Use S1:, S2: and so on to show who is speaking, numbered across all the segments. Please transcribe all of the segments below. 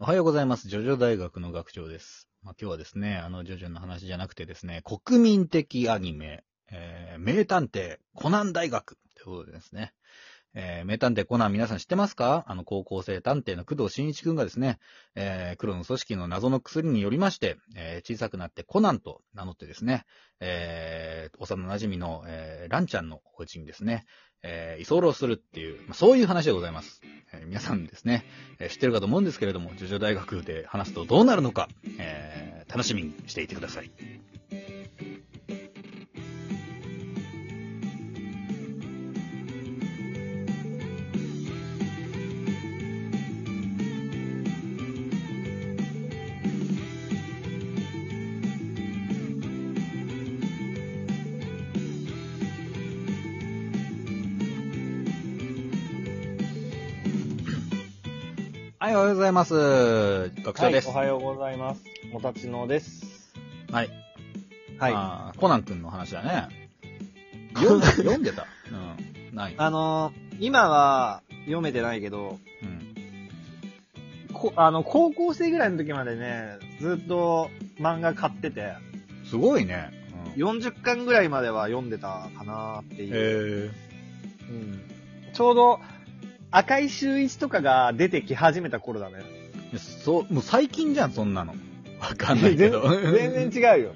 S1: おはようございます。ジョジョ大学の学長です。まあ、今日はですね、あの、ジョジョの話じゃなくてですね、国民的アニメ、えー、名探偵コナン大学ということでですね、えー、名探偵コナン皆さん知ってますかあの、高校生探偵の工藤新一くんがですね、えー、黒の組織の謎の薬によりまして、えー、小さくなってコナンと名乗ってですね、えー、幼馴染みの、えー、ランちゃんのお家にですね、えー、居候するっていう、まあ、そういう話でございます。えー皆さんですね、えー知ってるかと思うんですけれども、ジョジョ大学で話すとどうなるのか、えー楽しみにしていてください。はい、おはようございます。学長です。
S2: はい、おはようございます。もたちのです。
S1: はい。
S2: はい。あ
S1: あーコナン君の話だね。
S2: 読んだ
S1: 読んでた。 うん。ない。
S2: のー今は読めてないけど、
S1: うん。
S2: こあの、高校生ぐらいの時までね、ずっと漫画買ってて、
S1: すごいね。うん、
S2: 40巻ぐらいまでは読んでたかなっていう。
S1: え
S2: うん、ちょうど、赤い周一とかが出てき始めた頃だね。
S1: ー、そう、もう最近じゃん、そんなの。わかんないけど。
S2: 全然違うよ。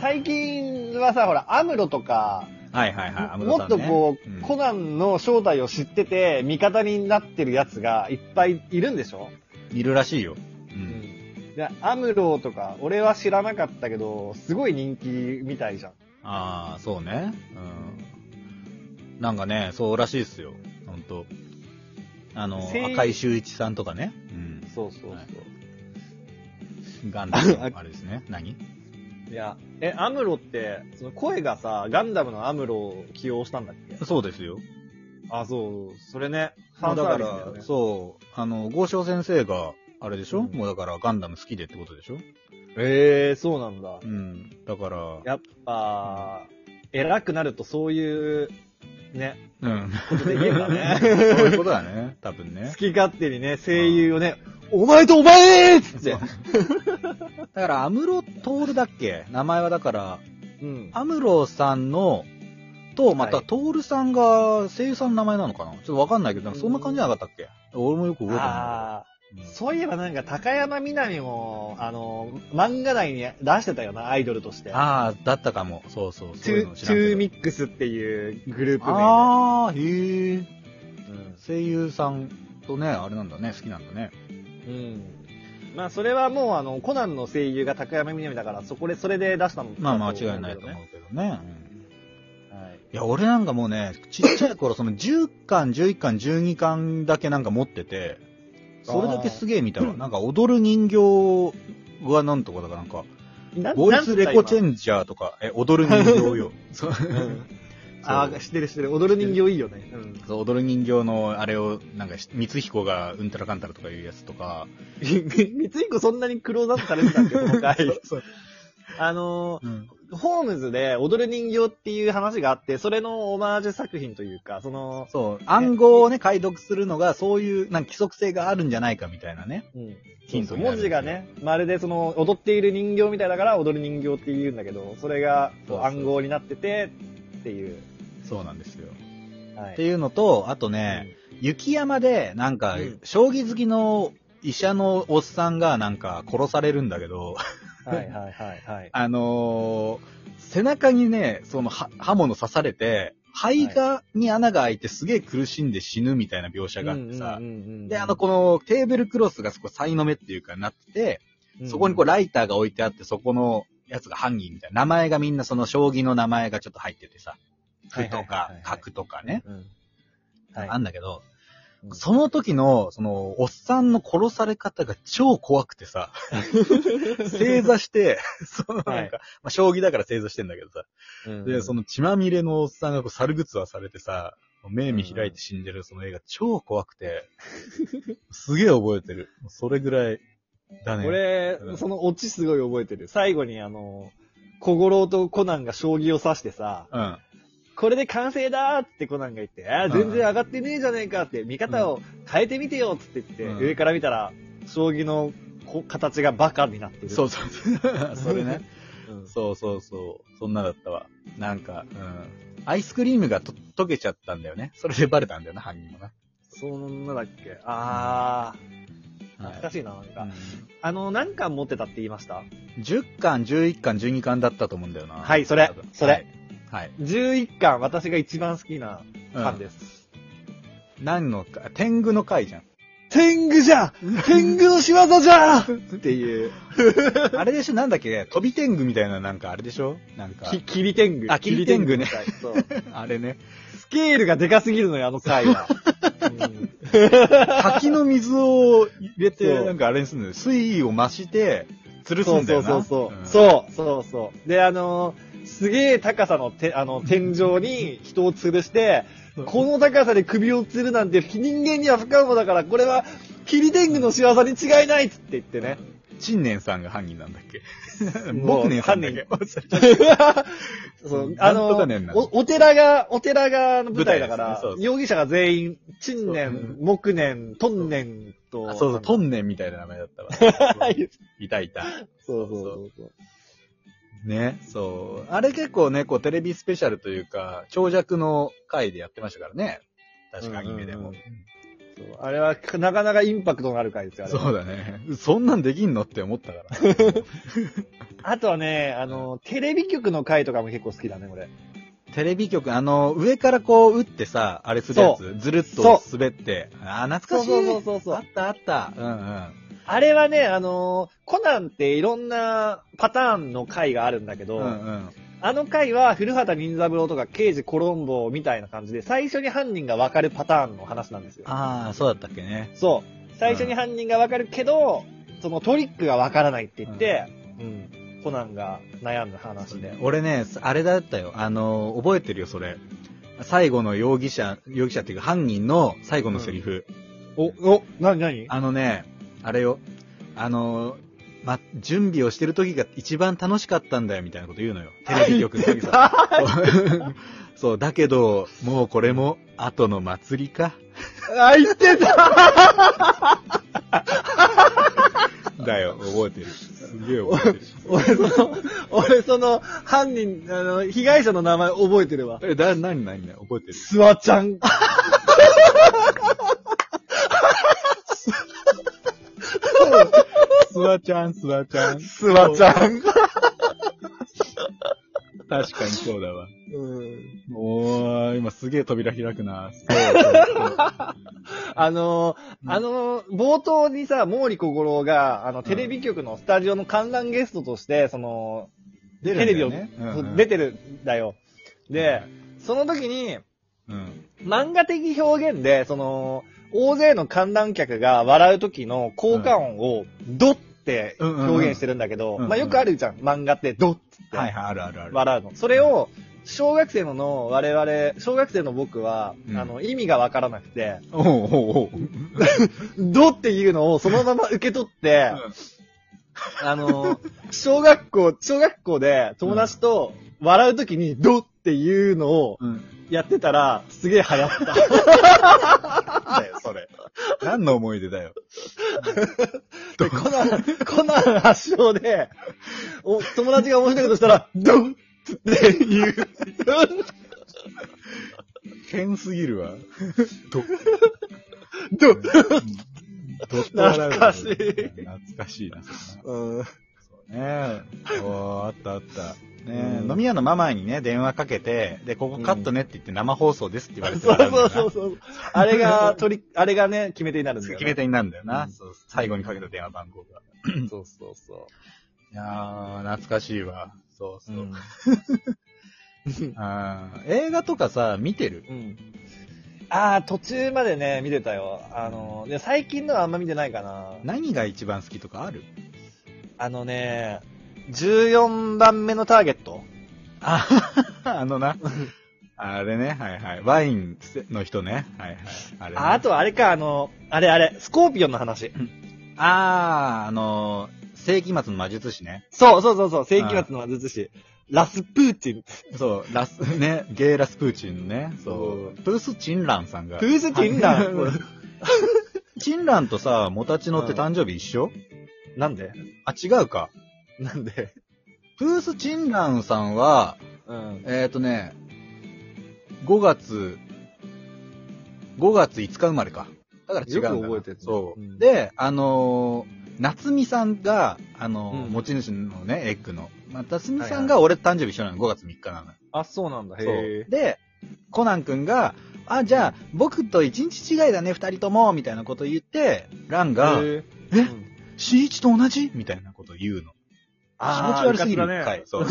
S2: 最近はさ、ほら、アムロとか、
S1: はいはいはい。安室
S2: も
S1: さんね
S2: っとこう、
S1: ん
S2: コナンの正体を知ってて、味方になってるやつがいっぱいいるんでしょ、
S1: いるらしいよ。う。
S2: うんでアムロとか、俺は知らなかったけど、すごい人気みたいじゃん。
S1: ああ、そうね。うん。なんかね、そうらしいですよ。ほんと。あの、
S2: せい
S1: 赤井秀一さんとかね。うん。
S2: そうそうそう。、
S1: はいガンダムのあれですね。何
S2: や、え、アムロって、その声がさ、ガンダムのアムロを起用したんだっけ
S1: そうですよ。
S2: あ、そう、それね、フ
S1: ま
S2: ァ
S1: あ
S2: ンサ
S1: だか
S2: ービスだよね
S1: ら、。そう、あの、豪商先生が、あれでしょ、
S2: うん
S1: もうだからガンダム好きでってことでしょ
S2: えー、そうなんだ
S1: う。ん。だから、
S2: やっぱ、偉くなるとそういう、ね、
S1: うん。
S2: ことできるんだね。
S1: そういうことだね。多分ね
S2: 好。き勝手にね、声優をね、お前とお前っつって。
S1: だから、アムロトールだっけ名前はだから、
S2: うん。
S1: アムロさんの、と、また、
S2: はい
S1: トールさんが声優さんの名前なのかなちょっとわかんないけど、なんかそんな感じじゃなかったっけ俺もよく覚えてない
S2: あ
S1: んだ
S2: ー
S1: けど
S2: そういえばなんか高山みなみも、あの、漫画内に出してたよな、アイドルとして。
S1: うんあー、だったかも。そうそう。
S2: ト
S1: そういう
S2: ゥ
S1: の知ら
S2: ト
S1: んけ
S2: ゥ
S1: ど
S2: ーミックスっていうグループ名
S1: あー、へー。
S2: で。
S1: 声優さんとね、あれなんだね、好きなんだね。
S2: うん。うんまあ、それはもう、あの、コナンの声優が高山みなみだから、そこで、それで出したの。
S1: まあ間違いないと思うけどね。うん
S2: はい。
S1: いや、俺なんかもうね、ちっちゃい頃、その10巻、11巻、12巻だけなんか持ってて、それだけすげえ見たわ。なんか踊る人形はなんとかだからなんか、
S2: な
S1: ボイスレコチェ
S2: ン。
S1: ンジャーとか、え、踊る人形 よ。そう
S2: うんあー、知ってる知ってる。踊る人形いいよね。 うん。
S1: そう踊る人形のあれを、なんかし、光彦がうんたらかんたらとかいうやつとか。
S2: 三つ子そんなにクローズアップされてたんだよ、今回。
S1: そう。
S2: あの
S1: うん。
S2: ー、ホームズで踊る人形っていう話があって、それのオマージュ作品というか、その、
S1: そう。暗号をね、解読するのが、そういう、なんか規則性があるんじゃないかみたいなね。
S2: うん
S1: ヒントにな
S2: 文
S1: る
S2: 字がね、まるでその、踊っている人形みたいだから踊る人形って言うんだけど、それがこう
S1: そうそう
S2: 暗号になってて、っていう。
S1: そうなんですよ。っ
S2: はい。
S1: ていうのと、あとね、雪山で、なんか
S2: うん、
S1: 将棋好きの医者のおっさんが、なんか、殺されるんだけど、
S2: はいはいはいはい。
S1: あのー背中にね、そのは刃物刺されて、肺が、に穴が開いてすげえ苦しんで死ぬみたいな描写があってさ、
S2: うんうんうんうん
S1: で、あの、このテーブルクロスがそこ、サイの目っていうかなってて、そこにこう、ライターが置いてあって、そこのやつが犯人みたいな。名前がみんなその将棋の名前がちょっと入っててさ、歩
S2: はいはい
S1: と
S2: はい
S1: か
S2: はい、
S1: 角とかね、
S2: うん、うんはい
S1: あんだけど、
S2: うん
S1: その時の、その、おっさんの殺され方が超怖くて さ、正座して、そのなんか、
S2: はい
S1: まあ、将棋だから正座してんだけどさ、
S2: うん
S1: で、その血まみれのおっさんがこう猿ぐつわされてさ、目見開いて死んでるその映画超怖くて、すげえ覚えてる。それぐらいだね。
S2: 俺
S1: う、ん
S2: そのオチすごい覚えてる。最後にあの、小五郎とコナンが将棋を指してさ、
S1: うん。
S2: これで完成だーってコナンが言って、あー全然上がってねえじゃねえかって、見方を変えてみてよっつって言って、
S1: うん
S2: 上から見たら、将棋のこ形がバカになってる。
S1: そうそうそう。 それ ね。
S2: うん。
S1: そうそうそう。そんなだったわ。なんか、うん。アイスクリームがと溶けちゃったんだよね。それでバレたんだよな、犯人もな。
S2: そんなだっけあー、
S1: は
S2: 懐かしいな、なんか。
S1: う
S2: あの、何巻持ってたって言いました
S1: ん10巻、11巻、12巻だったと思うんだよな。
S2: はいそれ
S1: 多分
S2: それ。
S1: はいはい。
S2: ?11 巻、私が一番好きな
S1: うん
S2: 巻です。
S1: 何のか、天狗の回じゃん。
S2: 天狗じゃ天狗の仕業じゃ
S1: っていう。 あれでしょ、なんだっけ、飛び天狗みたいな、なんかあれでしょなんか、
S2: き、キリ天狗。
S1: あキリ天狗ね
S2: キリ天狗の回。そう。
S1: あれね。
S2: スケールがでかすぎるのよ、あの回 は。うん
S1: 滝の水を入れ
S2: そ
S1: て、
S2: う
S1: なんかあれにするのよ。水位を増して、吊るす
S2: そうん
S1: だ
S2: そ
S1: よ
S2: う
S1: な。
S2: そうそう。
S1: ん
S2: そう、そうそう。で、あのーすげえ高さのて、あの、天井に人を吊るして、この高さで首を吊るなんて人間には不可能だから、これは、キリ天狗の仕業に違いないっつって言っ てね。
S1: 陳年さんが犯人なんだっけ
S2: もう
S1: 僕年さんだっけ
S2: そう、あ
S1: なんと
S2: の
S1: かねんな
S2: お、お寺が、お寺が舞台だ
S1: 舞台で
S2: から
S1: すねそう、そう
S2: 容疑者が全員、陳
S1: そう
S2: 年、木年、トン年と。
S1: あ そうそう、ト
S2: ン。
S1: ンネンみたいな名前だったわ。 いたいた。
S2: そうそうそうそう。
S1: ね、そう。あれ結構ね、こうテレビスペシャルというか、長尺の回でやってましたからね。確かアニメで
S2: う
S1: も
S2: ん。そうあれは、なかなかインパクトのある回ですよ、あれは
S1: そうだね。そんなんできんのって思ったから。
S2: あとはね、あの、テレビ局の回とかも結構好きだね、俺。
S1: テレビ局、あの、上からこう打ってさ、あれするやつ、ずるっと滑って。あー、懐かしい。
S2: そうそうそうそう
S1: あったあった。うんうん。
S2: あれはね、あの、コナンっていろんなパターンの回があるんだけど、
S1: うんうん。
S2: あの回は古畑任三郎とか刑事コロンボみたいな感じで、最初に犯人がわかるパターンの話なんですよ。
S1: ああ、そうだったっけね。
S2: そう。最初に犯人がわかるけど、そのトリックがわからないって言って、うん、コナンが悩んだ話で。
S1: 俺ね、あれだったよ。あの、覚えてるよ、それ。最後の容疑者、容疑者っていうか犯人の最後のセリフ。
S2: お、お、なになに
S1: あのね、あれよ。あの、ま、準備をしてる時が一番楽しかったんだよ、みたいなこと言うのよ。テレビ局の時 さ。そうそう、だけど、もうこれも、後の祭りか。
S2: あ、言ってた
S1: だよ、覚えてる。すげえ覚えてる。
S2: 俺その、俺その、犯人、あの、被害者の名前覚えてるわ。
S1: え、だ、なになになに覚えてる。
S2: スワちゃん。
S1: スワちゃん、スワちゃん。
S2: スワちゃん。
S1: 確かにそうだわ。
S2: うん。
S1: おー、今すげえ扉開くな。そうそうそう
S2: あのー、あのー、冒頭にさ、毛利小五郎が、あの、テレビ局のスタジオの観覧ゲストとして、その、
S1: 出る
S2: テ
S1: ん
S2: レ
S1: だ
S2: ビを、
S1: よねうんうん
S2: 出てるんだよ。で、その時に、
S1: うん。
S2: 漫画的表現で、その、大勢の観覧客が笑う時の効果音を、ドって表現してるんだけ
S1: うん
S2: ど、
S1: うんうん
S2: まあよくあるじゃん、漫画ってドッつって。
S1: はいはい、あるあるある。
S2: 笑うの。それを、小学生の我々、小学生の僕は、
S1: うん
S2: あの、意味がわからなくて、
S1: おうおうおう。
S2: ドっていうのをそのまま受け取って、あの、小学校、小学校で友達と笑うときにドっていうのを
S1: うん。
S2: やってたら、すげえ流 行った。
S1: だよ、それ。何の思い出だよ。
S2: でコナン、コナン発祥で、お友達が面白いことしたら、ドンって 言う。
S1: 変すぎる わ。
S2: ドン
S1: どっと笑うわ
S2: 懐かしい
S1: 懐かし いな、そんな
S2: うん
S1: そうねえ。おーあったあった。ねえ
S2: うん
S1: 飲み屋のママにね、電話かけて、で、ここカットねって言って生放送ですって言われて
S2: そう
S1: 笑んだ
S2: そ
S1: よ
S2: う
S1: な
S2: そうそう。あれが、取り、あれがね、決め手になるんだよ、ね。
S1: 決め手になるんだよな。
S2: うん
S1: そう最後にかけた電話番号が。
S2: そうそうそ
S1: いやー、懐かしいわ。そう
S2: う
S1: そう。
S2: ん。
S1: あー映画とかさ、見てる
S2: うん。ああ、途中までね、見てたよ。あの、で最近のはあんま見てないかな。
S1: 何が一番好きとかある
S2: あのね、14番目のターゲット
S1: あ、 あのな。あれね、はいはい。ワインの人ね。はいはい。あれね、
S2: ああとあれか、あの、あれあれ、スコーピオンの話。
S1: あー、あのー、世紀末の魔術師ね。
S2: そうそうそうそう、世紀末の魔術師。ラスプーチン。
S1: そう、ラス、 ね、ゲイラスプーチンね。そう。プース・チンランさんが。
S2: プ ースチンラン。
S1: チンランとさ、モタチノって誕生日一緒、
S2: うなんで
S1: あ、違うか。
S2: なんで
S1: プース・チンランさんは、
S2: うん。
S1: えっ、とね、5月、5月5日生まれか。だから違うんだな
S2: よく覚えてるね
S1: そう。
S2: うん
S1: で、あのー夏美さんが、あのー
S2: うん
S1: 持ち主のね、エッグの。まあ、夏美
S2: はいはい
S1: さんが俺誕生日一緒なの、5月3日なのよ。
S2: あ、そうなんだ。へ
S1: そう
S2: え。
S1: で、コナン君が、あ、じゃあ、僕と一日違いだね、二人とも、みたいなこと言って、ランが、
S2: え
S1: えしんいちと同じみたいなこと言うの。気持ち悪すぎる回。そう。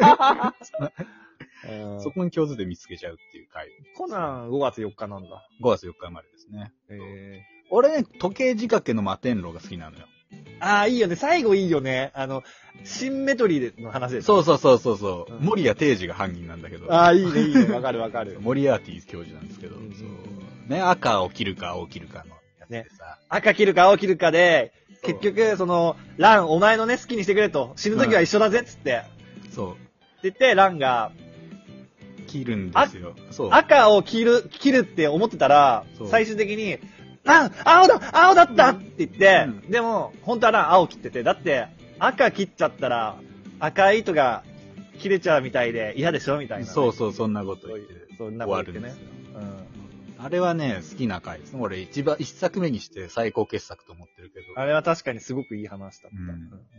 S1: そこに共通で見つけちゃうっていう回。
S2: コナン5月4日なんだ。
S1: 5月4日生まれですね。
S2: え
S1: 俺ね、時計仕掛けの摩天楼が好きなのよ。
S2: ああ、いいよね。最後いいよね。あの、シンメトリーの話で。
S1: そううそうそうそうそうう。
S2: ん
S1: 森谷定治が犯人なんだけど。
S2: ああ、いいね、いいね。わかるわ かる。
S1: モリアーティ教授なんですけど。
S2: うんうん
S1: そうね、赤を切るか青を切るかのやつでさ。
S2: 赤切るか青切るかで、
S1: そう
S2: 結局、その、ラン、お前のね、好きにしてくれと。死ぬ時は一緒だぜ、っつって。
S1: そう。
S2: って言って、ランが、
S1: 切るんですよ。そう。
S2: 赤を切る、切るって思ってたら
S1: そう、
S2: 最終的に、ラン、青だ青だった
S1: うん
S2: って言って、
S1: う
S2: でも、本当はラン、青切ってて、だって、赤切っちゃったら、赤い糸が切れちゃうみたいで嫌でしょみたいなね、
S1: そうそう、そんなこと言って
S2: そういう、そん
S1: 終
S2: なこ
S1: わ
S2: と
S1: る
S2: 言
S1: ん
S2: って
S1: で
S2: ね
S1: す。よ。
S2: うん。
S1: あれはね、好きな回ですね。俺一番、一作目にして最高傑作と思ってるけど。
S2: あれは確かにすごくいい話だった。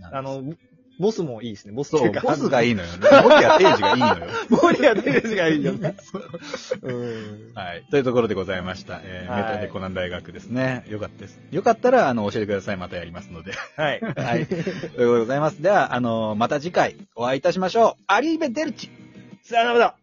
S1: うん
S2: あの、ボスもいいしね、ボスって
S1: そ、
S2: いうか。
S1: ボスが
S2: い。
S1: いいのよ。モリア定治がいいのよ。
S2: 森谷テレスがいいよね。 うん。
S1: はい。というところでございました。えー、
S2: はい
S1: メタでコナン大学ですね。よかったです。よかったら、あの、教えてください。またやりますので。
S2: はい。
S1: はい。 ということでございます。では、あの、また次回お会いいたしましょう。アリーベ・デルチ
S2: さよなら。